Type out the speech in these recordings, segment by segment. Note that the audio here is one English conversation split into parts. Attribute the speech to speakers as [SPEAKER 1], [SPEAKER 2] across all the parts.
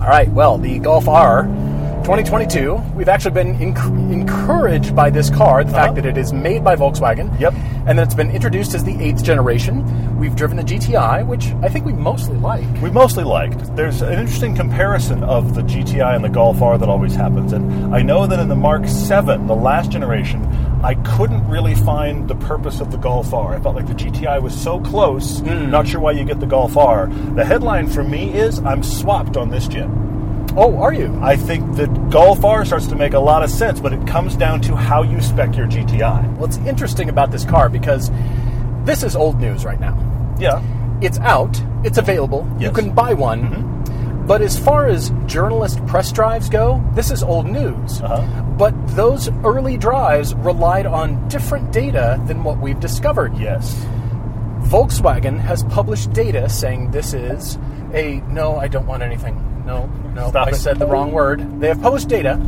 [SPEAKER 1] All right, well, the Golf R 2022, we've actually been enc- encouraged by this car, the fact
[SPEAKER 2] Uh-huh.
[SPEAKER 1] that it is made by Volkswagen.
[SPEAKER 2] Yep.
[SPEAKER 1] And that it's been introduced as the eighth generation. We've driven the GTI, which I think we mostly like.
[SPEAKER 2] we mostly liked. There's an interesting comparison of the GTI and the Golf R that always happens. And I know that in the Mark 7, the last generation, I couldn't really find the purpose of the Golf R. I felt like the GTI was so close,
[SPEAKER 1] Hmm.
[SPEAKER 2] not sure why you get the Golf R. The headline for me is I'm swapped on this gen.
[SPEAKER 1] Oh, are you?
[SPEAKER 2] I think the Golf R starts to make a lot of sense, but it comes down to how you spec your GTI.
[SPEAKER 1] What's interesting about this car because this is old news right now.
[SPEAKER 2] Yeah.
[SPEAKER 1] It's out. It's available.
[SPEAKER 2] Yes. Mm-hmm.
[SPEAKER 1] You can buy one. But as far as journalist press drives go, this is old news.
[SPEAKER 2] Uh-huh.
[SPEAKER 1] But those early drives relied on different data than what we've discovered.
[SPEAKER 2] Yes.
[SPEAKER 1] Volkswagen has published data saying this is a no, I don't want anything. No, no,
[SPEAKER 2] Stop
[SPEAKER 1] I
[SPEAKER 2] it.
[SPEAKER 1] said the wrong word. They have published data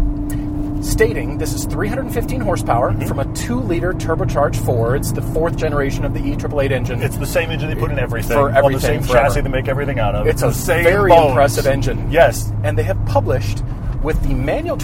[SPEAKER 1] stating this is 315 horsepower
[SPEAKER 2] Mm-hmm.
[SPEAKER 1] from a 2 liter turbocharged Ford. It's the fourth generation of the E888 engine.
[SPEAKER 2] It's the same engine they put in everything.
[SPEAKER 1] For
[SPEAKER 2] all the same
[SPEAKER 1] everything, forever.
[SPEAKER 2] chassis they make everything out of.
[SPEAKER 1] It's
[SPEAKER 2] the
[SPEAKER 1] a
[SPEAKER 2] same
[SPEAKER 1] very
[SPEAKER 2] bones.
[SPEAKER 1] impressive engine.
[SPEAKER 2] Yes.
[SPEAKER 1] and they have published with the manual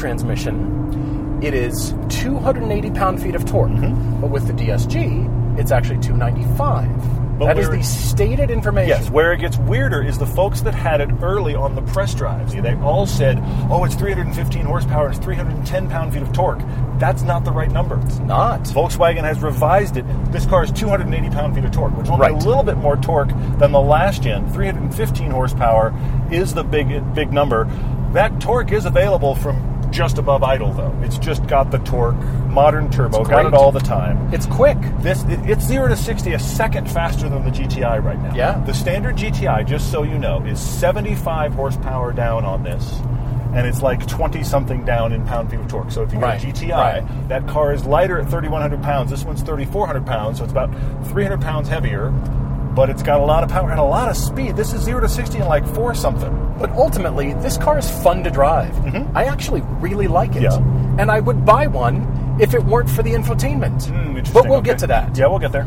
[SPEAKER 1] transmission, it is 280 pound feet of torque.
[SPEAKER 2] Mm-hmm.
[SPEAKER 1] But with the DSG, it's actually 295.
[SPEAKER 2] But
[SPEAKER 1] that is
[SPEAKER 2] we're-
[SPEAKER 1] the stated information.
[SPEAKER 2] Yes, where it gets weirder is the folks that had it early on the press drives. They all said, oh, it's 315 horsepower, it's 310 pound feet of torque. That's not the right number.
[SPEAKER 1] Not.
[SPEAKER 2] Volkswagen has revised it. This car is 280 pound feet of torque, which only
[SPEAKER 1] Right.
[SPEAKER 2] a little bit more torque than the last gen. 315 horsepower is the big big number. That torque is available from just above idle, though. It's just got the torque, modern turbo,
[SPEAKER 1] It's
[SPEAKER 2] got it
[SPEAKER 1] great.
[SPEAKER 2] all the time.
[SPEAKER 1] It's quick.
[SPEAKER 2] This it- it's zero to sixty a second faster than the GTI right now.
[SPEAKER 1] Yeah.
[SPEAKER 2] The standard GTI, just so you know, is seventy five horsepower down on this, and it's like twenty something down in pound feet of torque. So if you
[SPEAKER 1] Right,
[SPEAKER 2] get a GTI,
[SPEAKER 1] right.
[SPEAKER 2] that car is lighter at thirty one hundred pounds. This one's thirty four hundred pounds, so it's about three hundred pounds heavier, but it's got a lot of power and a lot of speed. This is zero to sixty in like four something.
[SPEAKER 1] But ultimately, this car is fun to drive. I actually really like it.
[SPEAKER 2] Mm-hmm. Yeah.
[SPEAKER 1] And I would buy one if it weren't for the infotainment.
[SPEAKER 2] Hmm, interesting.
[SPEAKER 1] but we'll
[SPEAKER 2] Okay.
[SPEAKER 1] get to that.
[SPEAKER 2] Yeah, we'll get there.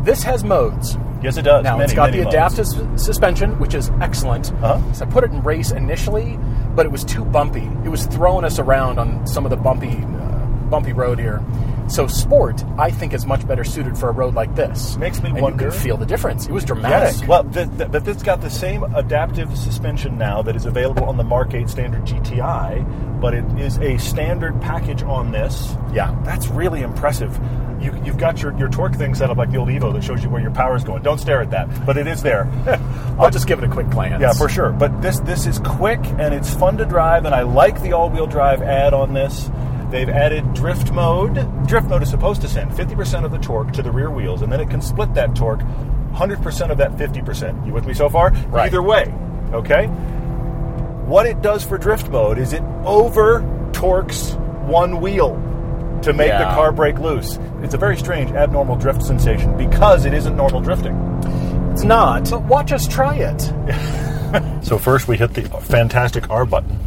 [SPEAKER 1] This has modes.
[SPEAKER 2] Yes, it does.
[SPEAKER 1] Now
[SPEAKER 2] Many,
[SPEAKER 1] it's got
[SPEAKER 2] many
[SPEAKER 1] the
[SPEAKER 2] modes.
[SPEAKER 1] adaptive sus- suspension, which is excellent.
[SPEAKER 2] Uh-huh.
[SPEAKER 1] So I put it in race initially, but it was too bumpy. It was throwing us around on some of the bumpy, uh, bumpy road here. So sport, I think, is much better suited for a road like this.
[SPEAKER 2] Makes me
[SPEAKER 1] and
[SPEAKER 2] wonder-
[SPEAKER 1] You can feel the difference. It was dramatic.
[SPEAKER 2] Yes. Well, th- th- but it's got the same adaptive suspension now that is available on the Mark 8 standard GTI, but it is a standard package on this.
[SPEAKER 1] yeah.
[SPEAKER 2] That's really impressive. You, you've got your, your torque thing set up like the old Evo that shows you where your power is going. Don't stare at that, but it is there.
[SPEAKER 1] I'll just give it a quick glance.
[SPEAKER 2] yeah, for sure. But this this is quick and it's fun to drive, and I like the all wheel drive add on this. They've added drift mode. Drift mode is supposed to send 50% of the torque to the rear wheels, and then it can split that torque 100% of that 50%. You with me so far?
[SPEAKER 1] Right.
[SPEAKER 2] Either way, okay? What it does for drift mode is it over torques one wheel to make the
[SPEAKER 1] Yeah.
[SPEAKER 2] car break loose. It's a very strange, abnormal drift sensation because it isn't normal drifting.
[SPEAKER 1] It's not. But watch us try it.
[SPEAKER 2] So first we hit the fantastic R button.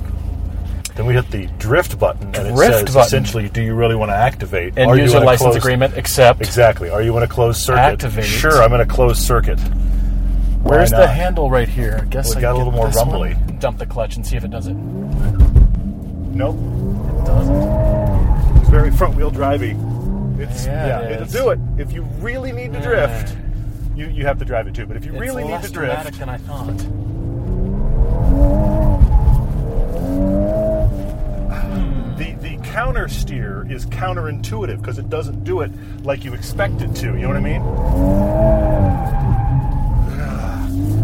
[SPEAKER 2] Then we hit the drift button, and
[SPEAKER 1] Drift
[SPEAKER 2] it says
[SPEAKER 1] button.
[SPEAKER 2] essentially, do you really want to activate?
[SPEAKER 1] And
[SPEAKER 2] Are you
[SPEAKER 1] use a
[SPEAKER 2] in a
[SPEAKER 1] license
[SPEAKER 2] closed-
[SPEAKER 1] agreement, except
[SPEAKER 2] Exactly. Are you in a closed circuit?
[SPEAKER 1] Activate.
[SPEAKER 2] Sure, I'm in a closed circuit. Why
[SPEAKER 1] where's the
[SPEAKER 2] not?
[SPEAKER 1] handle right here? I guess
[SPEAKER 2] Well, it
[SPEAKER 1] I
[SPEAKER 2] got a
[SPEAKER 1] get
[SPEAKER 2] little more
[SPEAKER 1] this one.
[SPEAKER 2] rumbly.
[SPEAKER 1] Dump the clutch and see if it does it.
[SPEAKER 2] Nope.
[SPEAKER 1] Doesn't.
[SPEAKER 2] It's very front wheel drivey. It's
[SPEAKER 1] Yeah,
[SPEAKER 2] yeah.
[SPEAKER 1] it
[SPEAKER 2] it'll
[SPEAKER 1] is.
[SPEAKER 2] do it if you really need to drift. You you have to drive it too, but if you really
[SPEAKER 1] it's
[SPEAKER 2] need
[SPEAKER 1] less
[SPEAKER 2] to
[SPEAKER 1] dramatic
[SPEAKER 2] drift,
[SPEAKER 1] than I thought.
[SPEAKER 2] the the counter steer is counterintuitive because it doesn't do it like you expect it to. You know what I mean?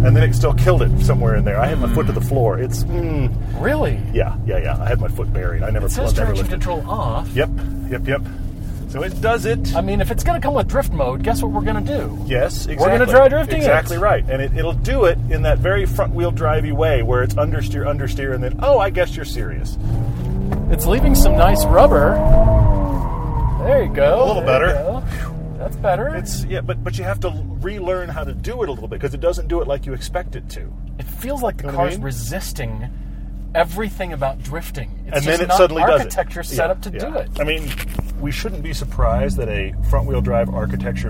[SPEAKER 2] And then it still killed it somewhere in there. I had my foot to the floor. It's mm,
[SPEAKER 1] Really?
[SPEAKER 2] yeah, yeah, yeah. I had my foot buried. I never
[SPEAKER 1] It says
[SPEAKER 2] plugged, never
[SPEAKER 1] traction
[SPEAKER 2] lifted.
[SPEAKER 1] control off.
[SPEAKER 2] Yep, yep, yep. So it does it.
[SPEAKER 1] I mean, if it's going to come with drift mode, guess what we're going to do?
[SPEAKER 2] Yes, exactly.
[SPEAKER 1] We're gonna try drifting it.
[SPEAKER 2] Exactly right, and it, it'll do it in that very front-wheel drivey way, where it's understeer, understeer, and then oh, I guess you're serious.
[SPEAKER 1] It's leaving some nice rubber. There you go.
[SPEAKER 2] A little
[SPEAKER 1] There you
[SPEAKER 2] better.
[SPEAKER 1] go. That's better.
[SPEAKER 2] It's yeah, but but you have to relearn how to do it a little bit because it doesn't do it like you expect it to.
[SPEAKER 1] it feels like the
[SPEAKER 2] know what I
[SPEAKER 1] car's
[SPEAKER 2] mean?
[SPEAKER 1] resisting everything about drifting. It's
[SPEAKER 2] and
[SPEAKER 1] just
[SPEAKER 2] then it
[SPEAKER 1] not
[SPEAKER 2] suddenly
[SPEAKER 1] architecture
[SPEAKER 2] does it.
[SPEAKER 1] set
[SPEAKER 2] Yeah,
[SPEAKER 1] up to
[SPEAKER 2] yeah.
[SPEAKER 1] do it.
[SPEAKER 2] I mean, we shouldn't be surprised that a front-wheel drive architecture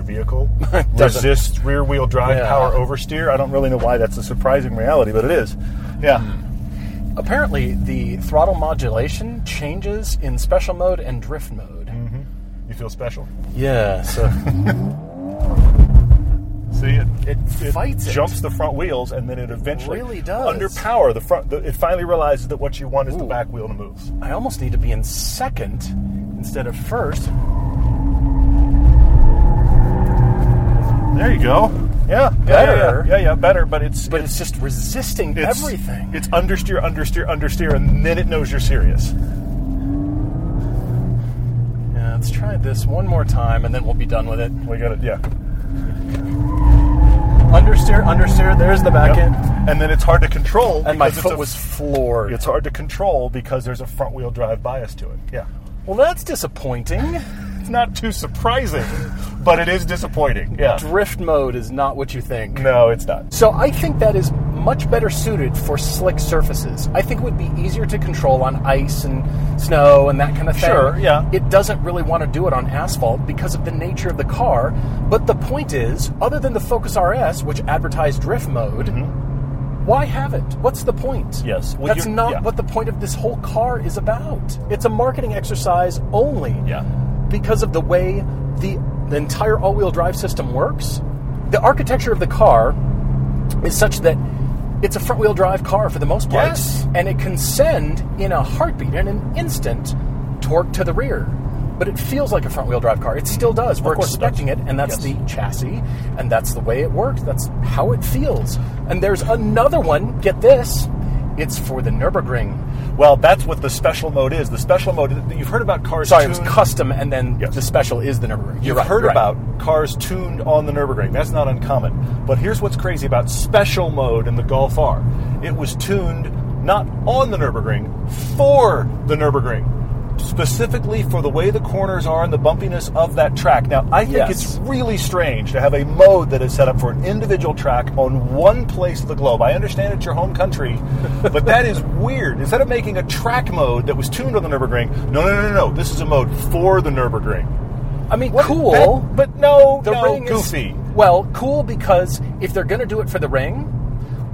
[SPEAKER 2] vehicle resists rear-wheel drive
[SPEAKER 1] Yeah. Hmm.
[SPEAKER 2] power oversteer. I don't really know why that's a surprising reality, but it is. Yeah.
[SPEAKER 1] Apparently, the throttle modulation changes in special mode and drift mode.
[SPEAKER 2] Mm. You feel special.
[SPEAKER 1] Yeah, so
[SPEAKER 2] See it?
[SPEAKER 1] It fights it.
[SPEAKER 2] jumps the front wheels, and then it eventually
[SPEAKER 1] Really does.
[SPEAKER 2] under power the front. The, it finally realizes that what you want is the
[SPEAKER 1] Ooh.
[SPEAKER 2] back wheel to move.
[SPEAKER 1] I almost need to be in second instead of first.
[SPEAKER 2] There you go. Yeah,
[SPEAKER 1] Better.
[SPEAKER 2] Yeah, yeah, yeah, yeah, better. But it's
[SPEAKER 1] But it's just resisting
[SPEAKER 2] it's-
[SPEAKER 1] everything.
[SPEAKER 2] It's understeer, understeer, understeer, and then it knows you're serious.
[SPEAKER 1] Yeah, let's try this one more time, and then we'll be done with it.
[SPEAKER 2] We got it. Yeah.
[SPEAKER 1] Understeer, understeer. There's the back
[SPEAKER 2] Yep.
[SPEAKER 1] end,
[SPEAKER 2] And then it's hard to control.
[SPEAKER 1] and my
[SPEAKER 2] because it's
[SPEAKER 1] foot
[SPEAKER 2] a-
[SPEAKER 1] was floored.
[SPEAKER 2] It's hard to control because there's a front wheel drive bias to it. Yeah.
[SPEAKER 1] well, that's disappointing.
[SPEAKER 2] It's not too surprising, but it is disappointing. Yeah.
[SPEAKER 1] Drift mode is not what you think.
[SPEAKER 2] No, it's not.
[SPEAKER 1] So I think that is much better suited for slick surfaces. I think it would be easier to control on ice and snow and that kind of thing.
[SPEAKER 2] Sure, yeah.
[SPEAKER 1] It doesn't really want to do it on asphalt because of the nature of the car. But the point is, other than the Focus RS, which advertised drift mode, why have it? What's the point?
[SPEAKER 2] Mm-hmm. Yes, well,
[SPEAKER 1] That's
[SPEAKER 2] you're-
[SPEAKER 1] not
[SPEAKER 2] yeah.
[SPEAKER 1] what the point of this whole car is about. It's a marketing exercise only
[SPEAKER 2] Yeah.
[SPEAKER 1] because of the way the, the entire all wheel drive system works, the architecture of the car is such that it's a front wheel drive car for the most part.
[SPEAKER 2] Yes.
[SPEAKER 1] And it can send in a heartbeat, in an instant, torque to the rear. But it feels like a front wheel drive car. It still does. We're
[SPEAKER 2] course it
[SPEAKER 1] expecting it,
[SPEAKER 2] does.
[SPEAKER 1] and that's
[SPEAKER 2] Yes.
[SPEAKER 1] the chassis, and that's the way it works. That's how it feels. And there's another one, get this, it's for the Nürburgring.
[SPEAKER 2] Well, that's what the special mode is. The special mode you've heard about cars.
[SPEAKER 1] Sorry, it was
[SPEAKER 2] tuned-
[SPEAKER 1] custom, and then
[SPEAKER 2] Yes.
[SPEAKER 1] the special is the Nürburgring. You're
[SPEAKER 2] You've
[SPEAKER 1] right,
[SPEAKER 2] heard
[SPEAKER 1] you're right.
[SPEAKER 2] about cars tuned on the Nurburgring. That's not uncommon. But here's what's crazy about special mode in the Golf R. It was tuned not on the Nurburgring for the Nurburgring, specifically for the way the corners are and the bumpiness of that track. Now, I think
[SPEAKER 1] Yes.
[SPEAKER 2] it's really strange to have a mode that is set up for an individual track on one place of the globe. I understand it's your home country, but that is weird. Instead of making a track mode that was tuned on the Nurburgring, no, no, no, no, no. This is a mode for the Nurburgring.
[SPEAKER 1] I mean,
[SPEAKER 2] What-
[SPEAKER 1] cool.
[SPEAKER 2] that- but no,
[SPEAKER 1] the
[SPEAKER 2] no,
[SPEAKER 1] ring
[SPEAKER 2] goofy.
[SPEAKER 1] is well cool because if they're going to do it for the ring,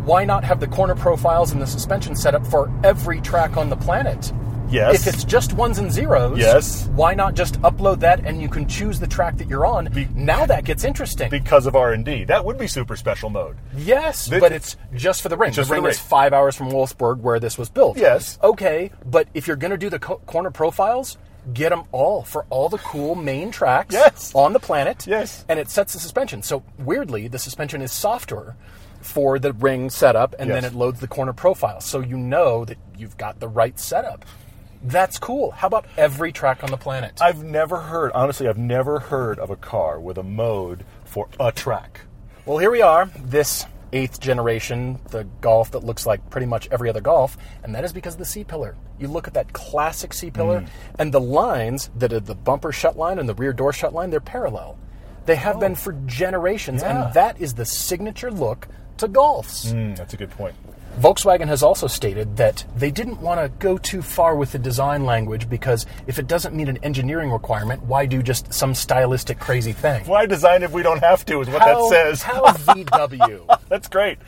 [SPEAKER 1] why not have the corner profiles and the suspension set up for every track on the planet?
[SPEAKER 2] Yes.
[SPEAKER 1] If it's just ones and zeros,
[SPEAKER 2] Yes.
[SPEAKER 1] Why not just upload that and you can choose the track that you're on?
[SPEAKER 2] Be-
[SPEAKER 1] now that gets interesting.
[SPEAKER 2] because of R and D. That would be super special mode.
[SPEAKER 1] yes,
[SPEAKER 2] This-
[SPEAKER 1] but it's just for the ring.
[SPEAKER 2] Just
[SPEAKER 1] the
[SPEAKER 2] for the
[SPEAKER 1] ring is
[SPEAKER 2] ring.
[SPEAKER 1] five hours from Wolfsburg, where this was built.
[SPEAKER 2] Yes.
[SPEAKER 1] Okay, but if you're going to do the co- corner profiles, get them all for all the cool main tracks
[SPEAKER 2] Yes.
[SPEAKER 1] on the planet.
[SPEAKER 2] Yes.
[SPEAKER 1] And it sets the suspension. So weirdly, the suspension is softer for the ring setup, and then
[SPEAKER 2] Yes.
[SPEAKER 1] it loads the corner profile, so you know that you've got the right setup. That's cool. How about every track on the planet?
[SPEAKER 2] I've never heard, honestly, I've never heard of a car with a mode for a track.
[SPEAKER 1] Well, here we are, this eighth generation, the Golf that looks like pretty much every other Golf, and that is because of the C pillar. You look at that classic C
[SPEAKER 2] Mm.
[SPEAKER 1] pillar, and the lines that are the bumper shut line and the rear door shut line, they're parallel. They have been for generations,
[SPEAKER 2] Oh. Yeah.
[SPEAKER 1] and that is the signature look to Golfs.
[SPEAKER 2] Hmm, that's a good point.
[SPEAKER 1] Volkswagen has also stated that they didn't want to go too far with the design language because if it doesn't meet an engineering requirement, why do just some stylistic crazy thing?
[SPEAKER 2] Why design if we don't have to? Is what
[SPEAKER 1] How-
[SPEAKER 2] that says.
[SPEAKER 1] How VW?
[SPEAKER 2] that's great.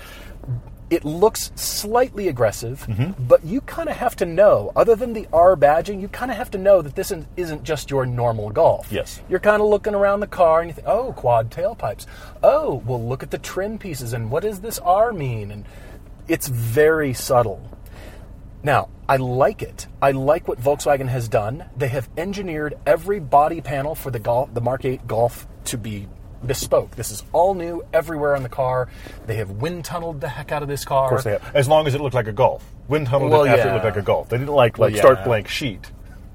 [SPEAKER 1] it looks slightly aggressive, but you kind of have to know, other than the R badging, you kind of have to know that this isn't- isn't just your normal golf.
[SPEAKER 2] Yes.
[SPEAKER 1] You're kind of looking around the car and you think, oh, quad tailpipes. Oh, well, look at the trim pieces and what does this R mean? And it's very subtle. Now, I like it. I like what Volkswagen has done. They have engineered every body panel for the Golf, the Mark 8 Golf to be bespoke. This is all new everywhere on the car. They have wind tunneled the heck out of this car.
[SPEAKER 2] Of course they have. As long as it looked like a golf. Wind tunnel
[SPEAKER 1] Well,
[SPEAKER 2] didn't have to
[SPEAKER 1] yeah.
[SPEAKER 2] look like a golf. They didn't like
[SPEAKER 1] Well,
[SPEAKER 2] like start
[SPEAKER 1] yeah.
[SPEAKER 2] blank sheet.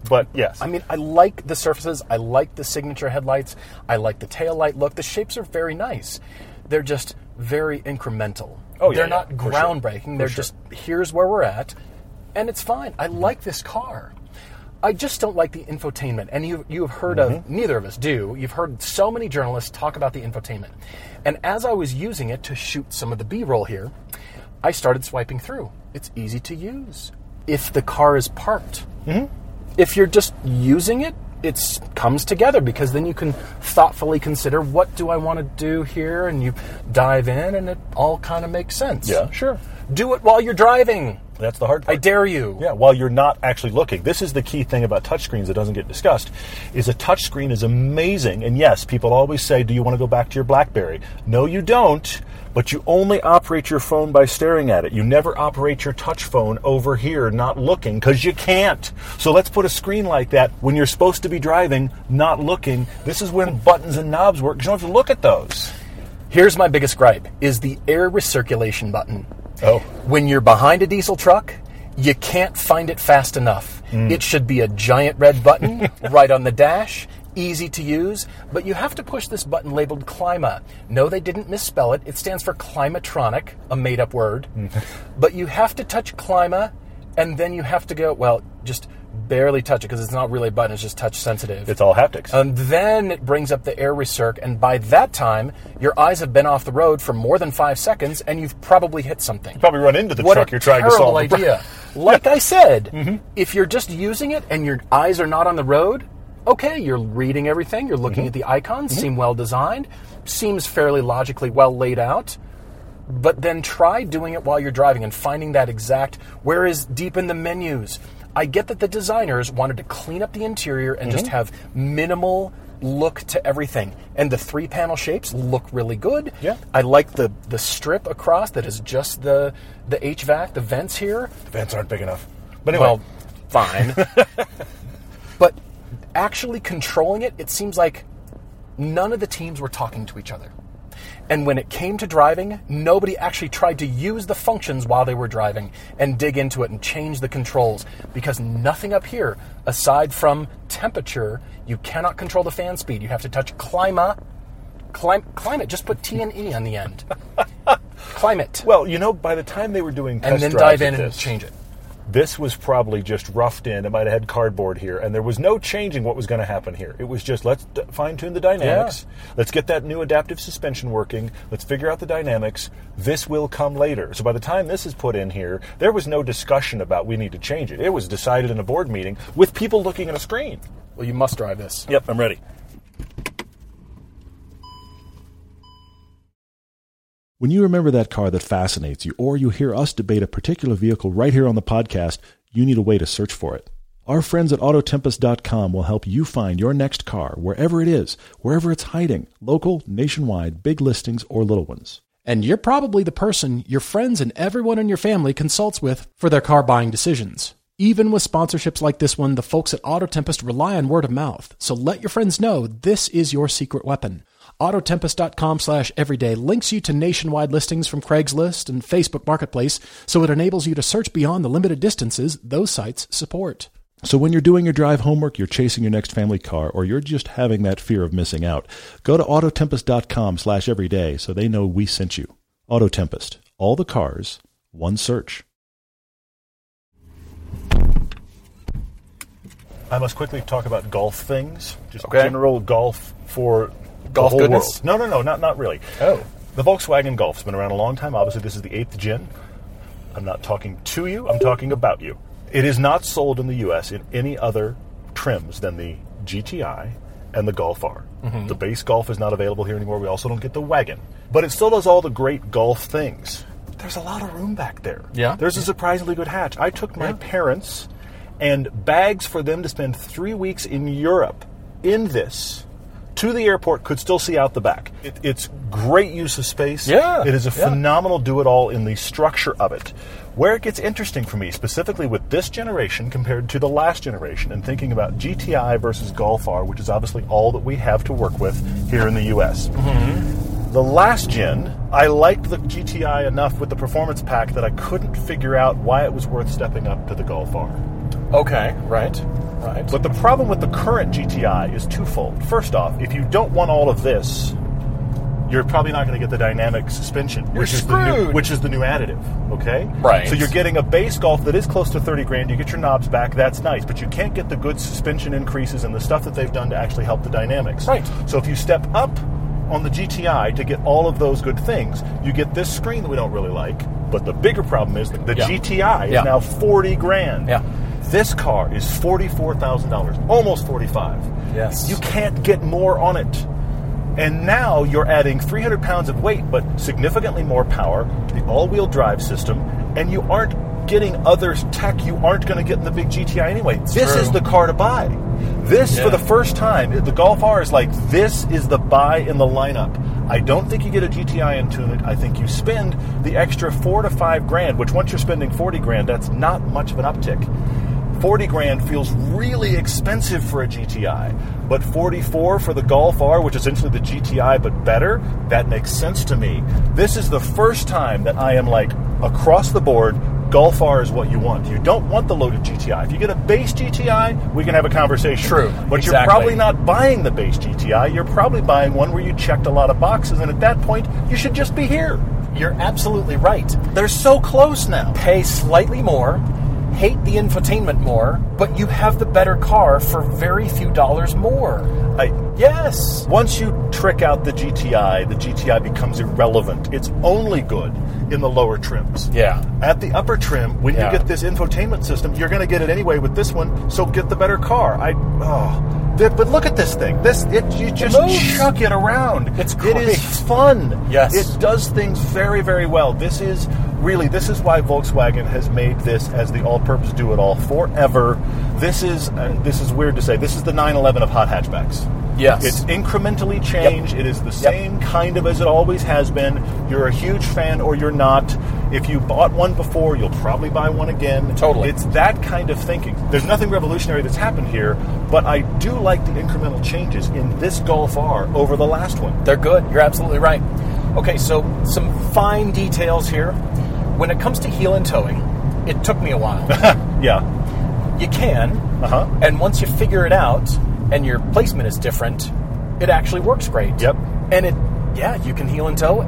[SPEAKER 2] But yes,
[SPEAKER 1] I mean, I like the surfaces. I like the signature headlights. I like the taillight look. The shapes are very nice. They're just very incremental.
[SPEAKER 2] Oh, yeah,
[SPEAKER 1] They're
[SPEAKER 2] yeah,
[SPEAKER 1] not
[SPEAKER 2] for sure.
[SPEAKER 1] groundbreaking.
[SPEAKER 2] For
[SPEAKER 1] They're
[SPEAKER 2] sure.
[SPEAKER 1] just here's where we're at, and it's fine. I like this car. I just don't like the infotainment. And you you have heard of
[SPEAKER 2] Mm-hmm.
[SPEAKER 1] neither of us do. You've heard so many journalists talk about the infotainment. And as I was using it to shoot some of the B-roll here, I started swiping through. It's easy to use if the car is parked if you're just using it, it comes together because then you can thoughtfully consider what do I want to do here, and you dive in, and it all kind of makes sense.
[SPEAKER 2] Yeah, sure.
[SPEAKER 1] Do it while you're driving.
[SPEAKER 2] That's the hard part.
[SPEAKER 1] I dare you.
[SPEAKER 2] Yeah, while you're not actually looking. This is the key thing about touchscreens that doesn't get discussed is a touchscreen is amazing. And yes, people always say, "Do you want to go back to your BlackBerry?" No, you don't. But you only operate your phone by staring at it. You never operate your touch phone over here not looking cuz you can't. So let's put a screen like that when you're supposed to be driving, not looking. This is when buttons and knobs work. 'cause You don't have to look at those.
[SPEAKER 1] Here's my biggest gripe is the air recirculation button.
[SPEAKER 2] Oh.
[SPEAKER 1] When you're behind a diesel truck, you can't find it fast enough. It should be a giant red button right on the dash, easy to use, but you have to push this button labeled Clima. No, they didn't misspell it. It stands for climatronic, a made up word. but you have to touch Clima and then you have to go, well, just barely touch it because it's not really a button, it's just touch sensitive.
[SPEAKER 2] It's all haptics.
[SPEAKER 1] And then it brings up the air recirc, and by that time, your eyes have been off the road for more than five seconds, and you've probably hit something.
[SPEAKER 2] Probably run into the
[SPEAKER 1] What
[SPEAKER 2] truck
[SPEAKER 1] a
[SPEAKER 2] you're trying to
[SPEAKER 1] terrible
[SPEAKER 2] solve. a pro- Mm-hmm.
[SPEAKER 1] idea! like I said, if you're just using it and your eyes are not on the road, okay, you're reading everything, you're
[SPEAKER 2] Mm-hmm.
[SPEAKER 1] looking at the icons, seem well designed, seems fairly logically well laid out. But then try doing it while you're driving and finding that exact where is deep in the menus. I get that the designers wanted to clean up the interior and just have minimal look to everything. And the three panel shapes look really good.
[SPEAKER 2] Yeah.
[SPEAKER 1] I like the, the strip across that is just the the HVAC, the vents here.
[SPEAKER 2] Vents aren't big enough. But anyway,
[SPEAKER 1] Well, fine. but actually controlling it, it seems like none of the teams were talking to each other. And when it came to driving, nobody actually tried to use the functions while they were driving and dig into it and change the controls because nothing up here, aside from temperature, you cannot control the fan speed. You have to touch clima. Clim- climate, just put T and E on the end. climate.
[SPEAKER 2] well, you know, by the time they were doing test
[SPEAKER 1] and then
[SPEAKER 2] drives
[SPEAKER 1] dive in
[SPEAKER 2] at
[SPEAKER 1] and
[SPEAKER 2] this,
[SPEAKER 1] change it.
[SPEAKER 2] this was probably just roughed in. It might have had cardboard here, and there was no changing what was going to happen here. It was just let's d- fine tune the dynamics. Let's get that new adaptive suspension working. Let's figure out the dynamics. This will come later. So by the time this is put in here, there was no discussion about we need to change it. It was decided in a board meeting with people looking at a screen.
[SPEAKER 1] Well, you must drive this.
[SPEAKER 2] Yep, I'm ready.
[SPEAKER 3] When you remember that car that fascinates you, or you hear us debate a particular vehicle right here on the podcast, you need a way to search for it. Our friends at Autotempest.com will help you find your next car wherever it is, wherever it's hiding local, nationwide, big listings, or little ones.
[SPEAKER 4] And you're probably the person your friends and everyone in your family consults with for their car buying decisions. Even with sponsorships like this one, the folks at Auto Tempest rely on word of mouth. So let your friends know this is your secret weapon. Autotempest.com slash everyday links you to nationwide listings from Craigslist and Facebook Marketplace, so it enables you to search beyond the limited distances those sites support.
[SPEAKER 3] So when you're doing your drive homework, you're chasing your next family car, or you're just having that fear of missing out, go to Autotempest.com slash everyday so they know we sent you. Autotempest. All the cars, one search.
[SPEAKER 2] I must quickly talk about golf things. Just
[SPEAKER 1] Okay.
[SPEAKER 2] general golf for
[SPEAKER 1] Golf
[SPEAKER 2] the whole
[SPEAKER 1] goodness?
[SPEAKER 2] world. No, no, no, not not really.
[SPEAKER 1] Oh.
[SPEAKER 2] the Volkswagen Golf's been around a long time. Obviously, this is the eighth gen. I'm not talking to you. I'm talking about you. It is not sold in the U.S. in any other trims than the GTI and the Golf R. The base Golf is not available here anymore. We also don't get the wagon, but it still does all the great golf things. There's a lot of room back there.
[SPEAKER 1] Yeah.
[SPEAKER 2] There's a surprisingly good hatch. I took my parents and bags for them to spend three weeks in Europe in this to the airport, could still see out the back. It, it's great use of space.
[SPEAKER 1] Yeah,
[SPEAKER 2] It is a
[SPEAKER 1] yeah.
[SPEAKER 2] phenomenal do it all in the structure of it. Where it gets interesting for me, specifically with this generation compared to the last generation, and thinking about GTI versus Golf R, which is obviously all that we have to work with here in the US.
[SPEAKER 1] Mm-hmm.
[SPEAKER 2] The last gen, I liked the GTI enough with the performance pack that I couldn't figure out why it was worth stepping up to the Golf R.
[SPEAKER 1] Okay, right, right.
[SPEAKER 2] But the problem with the current GTI is twofold. First off, if you don't want all of this, you're probably not going to get the dynamic suspension, which is the new,
[SPEAKER 1] screwed.
[SPEAKER 2] which is the new additive. Okay,
[SPEAKER 1] Right.
[SPEAKER 2] So you're getting a base Golf that is close to thirty grand. You get your knobs back. That's nice, but you can't get the good suspension increases and the stuff that they've done to actually help the dynamics.
[SPEAKER 1] Right.
[SPEAKER 2] So if you step up on the GTI to get all of those good things, you get this screen that we don't really like. But the bigger problem is that the
[SPEAKER 1] Yeah.
[SPEAKER 2] GTI is
[SPEAKER 1] Yeah.
[SPEAKER 2] now forty grand.
[SPEAKER 1] Yeah.
[SPEAKER 2] This car is forty-four thousand dollars, almost forty-five.
[SPEAKER 1] Yes.
[SPEAKER 2] You can't get more on it. And now you're adding 300 pounds of weight, but significantly more power, the all-wheel drive system, and you aren't getting other tech you aren't going to get in the big GTI anyway. this
[SPEAKER 1] true.
[SPEAKER 2] is the car to buy. This, for
[SPEAKER 1] Yeah.
[SPEAKER 2] the first time, the Golf R is like, this is the buy in the lineup. I don't think you get a GTI into it. I think you spend the extra four to five grand, which once you're spending 40 grand, that's not much of an uptick. 40 grand feels really expensive for a GTI, but 44 for the Golf R, which is essentially the GTI but better, that makes sense to me. This is the first time that I am like across the board Golf R is what you want. You don't want the loaded GTI. If you get a base GTI, we can have a conversation.
[SPEAKER 1] True,
[SPEAKER 2] But you're
[SPEAKER 1] exactly.
[SPEAKER 2] probably not buying the base GTI. You're probably buying one where you checked a lot of boxes and at that point, you should just be here.
[SPEAKER 1] You're absolutely right.
[SPEAKER 2] They're so close now.
[SPEAKER 1] Pay slightly more, hate the infotainment more, but you have the better car for very few dollars more.
[SPEAKER 2] I,
[SPEAKER 1] Yes.
[SPEAKER 2] Once you trick out the GTI, the GTI becomes irrelevant. It's only good in the lower trims.
[SPEAKER 1] Yeah.
[SPEAKER 2] At the upper trim, when
[SPEAKER 1] Yeah.
[SPEAKER 2] you get this infotainment system, you're going to get it anyway with this one. So get the better car. I oh, th- but look at this thing. This it you just
[SPEAKER 1] moves.
[SPEAKER 2] chuck it around.
[SPEAKER 1] It's
[SPEAKER 2] it
[SPEAKER 1] great.
[SPEAKER 2] is fun.
[SPEAKER 1] Yes.
[SPEAKER 2] it does things very very well. This is really this is why Volkswagen has made this as the all-purpose do-it-all forever. This is uh, this is weird to say. This is the 911 of hot hatchbacks.
[SPEAKER 1] Yes.
[SPEAKER 2] It's incrementally change. It is the same kind of as it always has been. You're a huge fan or you're not. If you bought one before, you'll probably buy one again.
[SPEAKER 1] Totally.
[SPEAKER 2] It's that kind of thinking. There's nothing revolutionary that's happened here, but I do like the incremental changes in this Golf R over the last one.
[SPEAKER 1] They're good. You're absolutely right. Okay, so some fine details here. When it comes to heel and towing, it took me a while.
[SPEAKER 2] Yeah.
[SPEAKER 1] you can,
[SPEAKER 2] Uh-huh.
[SPEAKER 1] and once you figure it out and your placement is different, it actually works great.
[SPEAKER 2] Yep.
[SPEAKER 1] And it, yeah, you can heel and toe,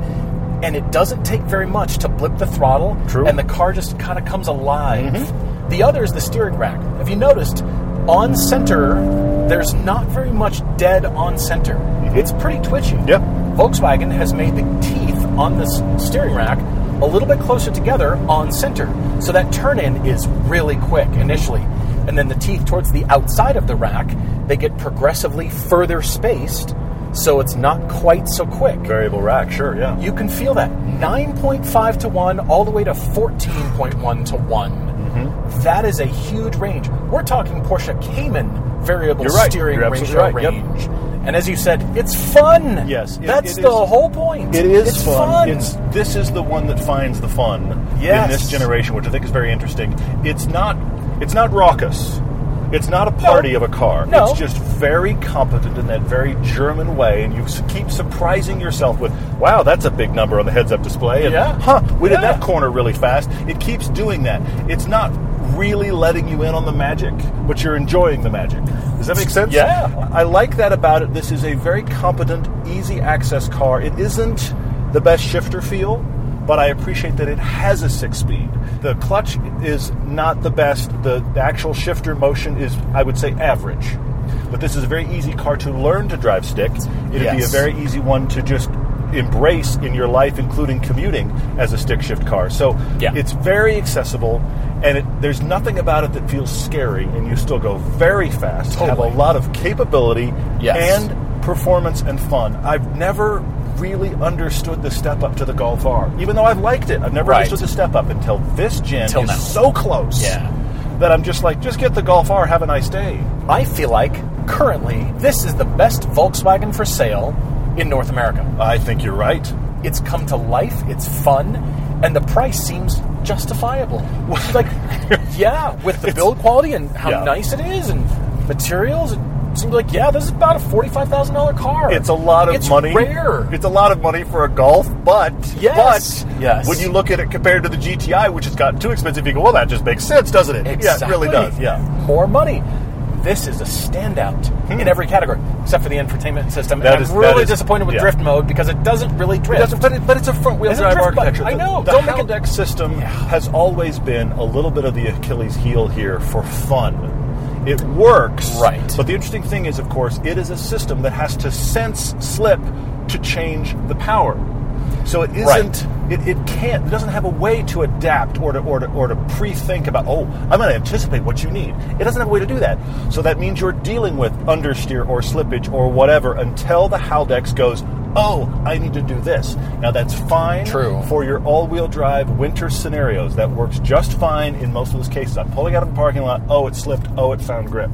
[SPEAKER 1] and it doesn't take very much to blip the throttle.
[SPEAKER 2] True. Mm-hmm.
[SPEAKER 1] And the car just kind of comes alive. The other is the steering rack. Have you noticed on center? There's not very much dead on center. It's pretty twitchy.
[SPEAKER 2] Mm-hmm. Yep.
[SPEAKER 1] Volkswagen has made the teeth on this steering rack a little bit closer together on center. So that turn in is really quick initially. And then the teeth towards the outside of the rack, they get progressively further spaced, so it's not quite so quick.
[SPEAKER 2] Variable rack, sure, yeah.
[SPEAKER 1] You can feel that 9.5 to 1 all the way to 14.1 to one
[SPEAKER 2] Mm-hmm.
[SPEAKER 1] That is a huge range. We're talking Porsche Cayman variable
[SPEAKER 2] You're right.
[SPEAKER 1] steering
[SPEAKER 2] You're absolutely
[SPEAKER 1] ratio
[SPEAKER 2] right. Yep.
[SPEAKER 1] range. And as you said, it's fun.
[SPEAKER 2] Yes, it-
[SPEAKER 1] That's
[SPEAKER 2] it
[SPEAKER 1] the
[SPEAKER 2] is-
[SPEAKER 1] whole point.
[SPEAKER 2] It is
[SPEAKER 1] it's
[SPEAKER 2] fun. It's this is the one that finds the fun
[SPEAKER 1] Yes.
[SPEAKER 2] in this generation, which I think is very interesting. It's not it's not raucous. It's not a party of a car.
[SPEAKER 1] No.
[SPEAKER 2] It's just very competent in that very German way, and you s- keep surprising yourself with, "Wow, that's a big number on the heads-up display." And,
[SPEAKER 1] Yeah.
[SPEAKER 2] Huh. We did
[SPEAKER 1] Yeah.
[SPEAKER 2] that corner really fast. It keeps doing that. It's not really letting you in on the magic, but you're enjoying the magic. Does that make sense?
[SPEAKER 1] Yeah.
[SPEAKER 2] I like that about it. This is a very competent, easy access car. It isn't the best shifter feel, but I appreciate that it has a six speed. The clutch is not the best. The the actual shifter motion is, I would say, average. But this is a very easy car to learn to drive stick. It'd be a
[SPEAKER 1] Yes.
[SPEAKER 2] very easy one to just embrace in your life, including commuting as a stick shift car. So
[SPEAKER 1] Yeah.
[SPEAKER 2] it's very accessible. And it, there's nothing about it that feels scary, and you still go very fast.
[SPEAKER 1] Totally.
[SPEAKER 2] Have a lot of capability
[SPEAKER 1] Oh, Yes.
[SPEAKER 2] and performance and fun. I've never really understood the step up to the Golf R, even though I've liked it. I've never
[SPEAKER 1] Right.
[SPEAKER 2] understood the step up until this gen
[SPEAKER 1] Till
[SPEAKER 2] is
[SPEAKER 1] now.
[SPEAKER 2] so close
[SPEAKER 1] Yeah.
[SPEAKER 2] that I'm just like, just get the Golf R, have a nice day.
[SPEAKER 1] I feel like currently this is the best Volkswagen for sale in North America.
[SPEAKER 2] I think you're right.
[SPEAKER 1] It's come to life, it's fun, and the price seems justifiable. like, yeah, with the build quality and how
[SPEAKER 2] Yeah.
[SPEAKER 1] nice it is and materials, it seems like, yeah, this is about a $45,000 car.
[SPEAKER 2] It's a lot of
[SPEAKER 1] It's
[SPEAKER 2] money.
[SPEAKER 1] rare.
[SPEAKER 2] It's a lot of money for a Golf, but
[SPEAKER 1] Yes.
[SPEAKER 2] but
[SPEAKER 1] Yes.
[SPEAKER 2] when you look at it compared to the GTI, which has gotten too expensive, you go, well, that just makes sense, doesn't it? Yeah, it really does.
[SPEAKER 1] Exactly.
[SPEAKER 2] Yeah.
[SPEAKER 1] More money. This is a standout in every category, except for the infotainment system.
[SPEAKER 2] Hmm. That
[SPEAKER 1] and
[SPEAKER 2] is-
[SPEAKER 1] I'm
[SPEAKER 2] that
[SPEAKER 1] really
[SPEAKER 2] is-
[SPEAKER 1] disappointed with
[SPEAKER 2] yeah.
[SPEAKER 1] drift mode because it doesn't really drift.
[SPEAKER 2] It doesn't- but, it- but it's a front wheel
[SPEAKER 1] It's a
[SPEAKER 2] drive
[SPEAKER 1] drift button.
[SPEAKER 2] architecture.
[SPEAKER 1] I
[SPEAKER 2] The-
[SPEAKER 1] know.
[SPEAKER 2] The,
[SPEAKER 1] Don't make it-
[SPEAKER 2] Haldex system has always been a little bit of the Achilles heel here for fun. It works.
[SPEAKER 1] Right.
[SPEAKER 2] But the interesting thing is, of course, it is a system that has to sense slip to change the power. So it isn't
[SPEAKER 1] Right.
[SPEAKER 2] it, it can't it doesn't have a way to adapt or to or to, or to pre-think about oh i'm going to anticipate what you need it doesn't have a way to do that so that means you're dealing with understeer or slippage or whatever until the haldex goes oh i need to do this now that's fine
[SPEAKER 1] True.
[SPEAKER 2] for your all-wheel drive winter scenarios that works just fine in most of those cases i'm pulling out of a parking lot oh it slipped oh it found grip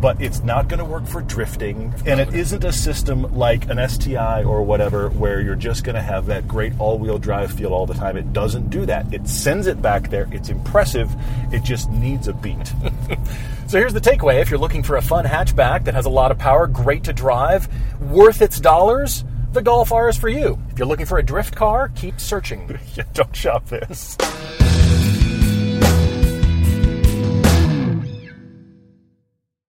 [SPEAKER 2] but it's not going to work for drifting and it isn't a system like an STI or whatever where you're just going to have that great all-wheel drive feel all the time it doesn't do that it sends it back there it's impressive it just needs a beat
[SPEAKER 1] So here's the takeaway if you're looking for a fun hatchback that has a lot of power, great to drive, worth its dollars, the Golf R is for you. If you're looking for a drift car, keep searching.
[SPEAKER 2] Yeah, don't shop this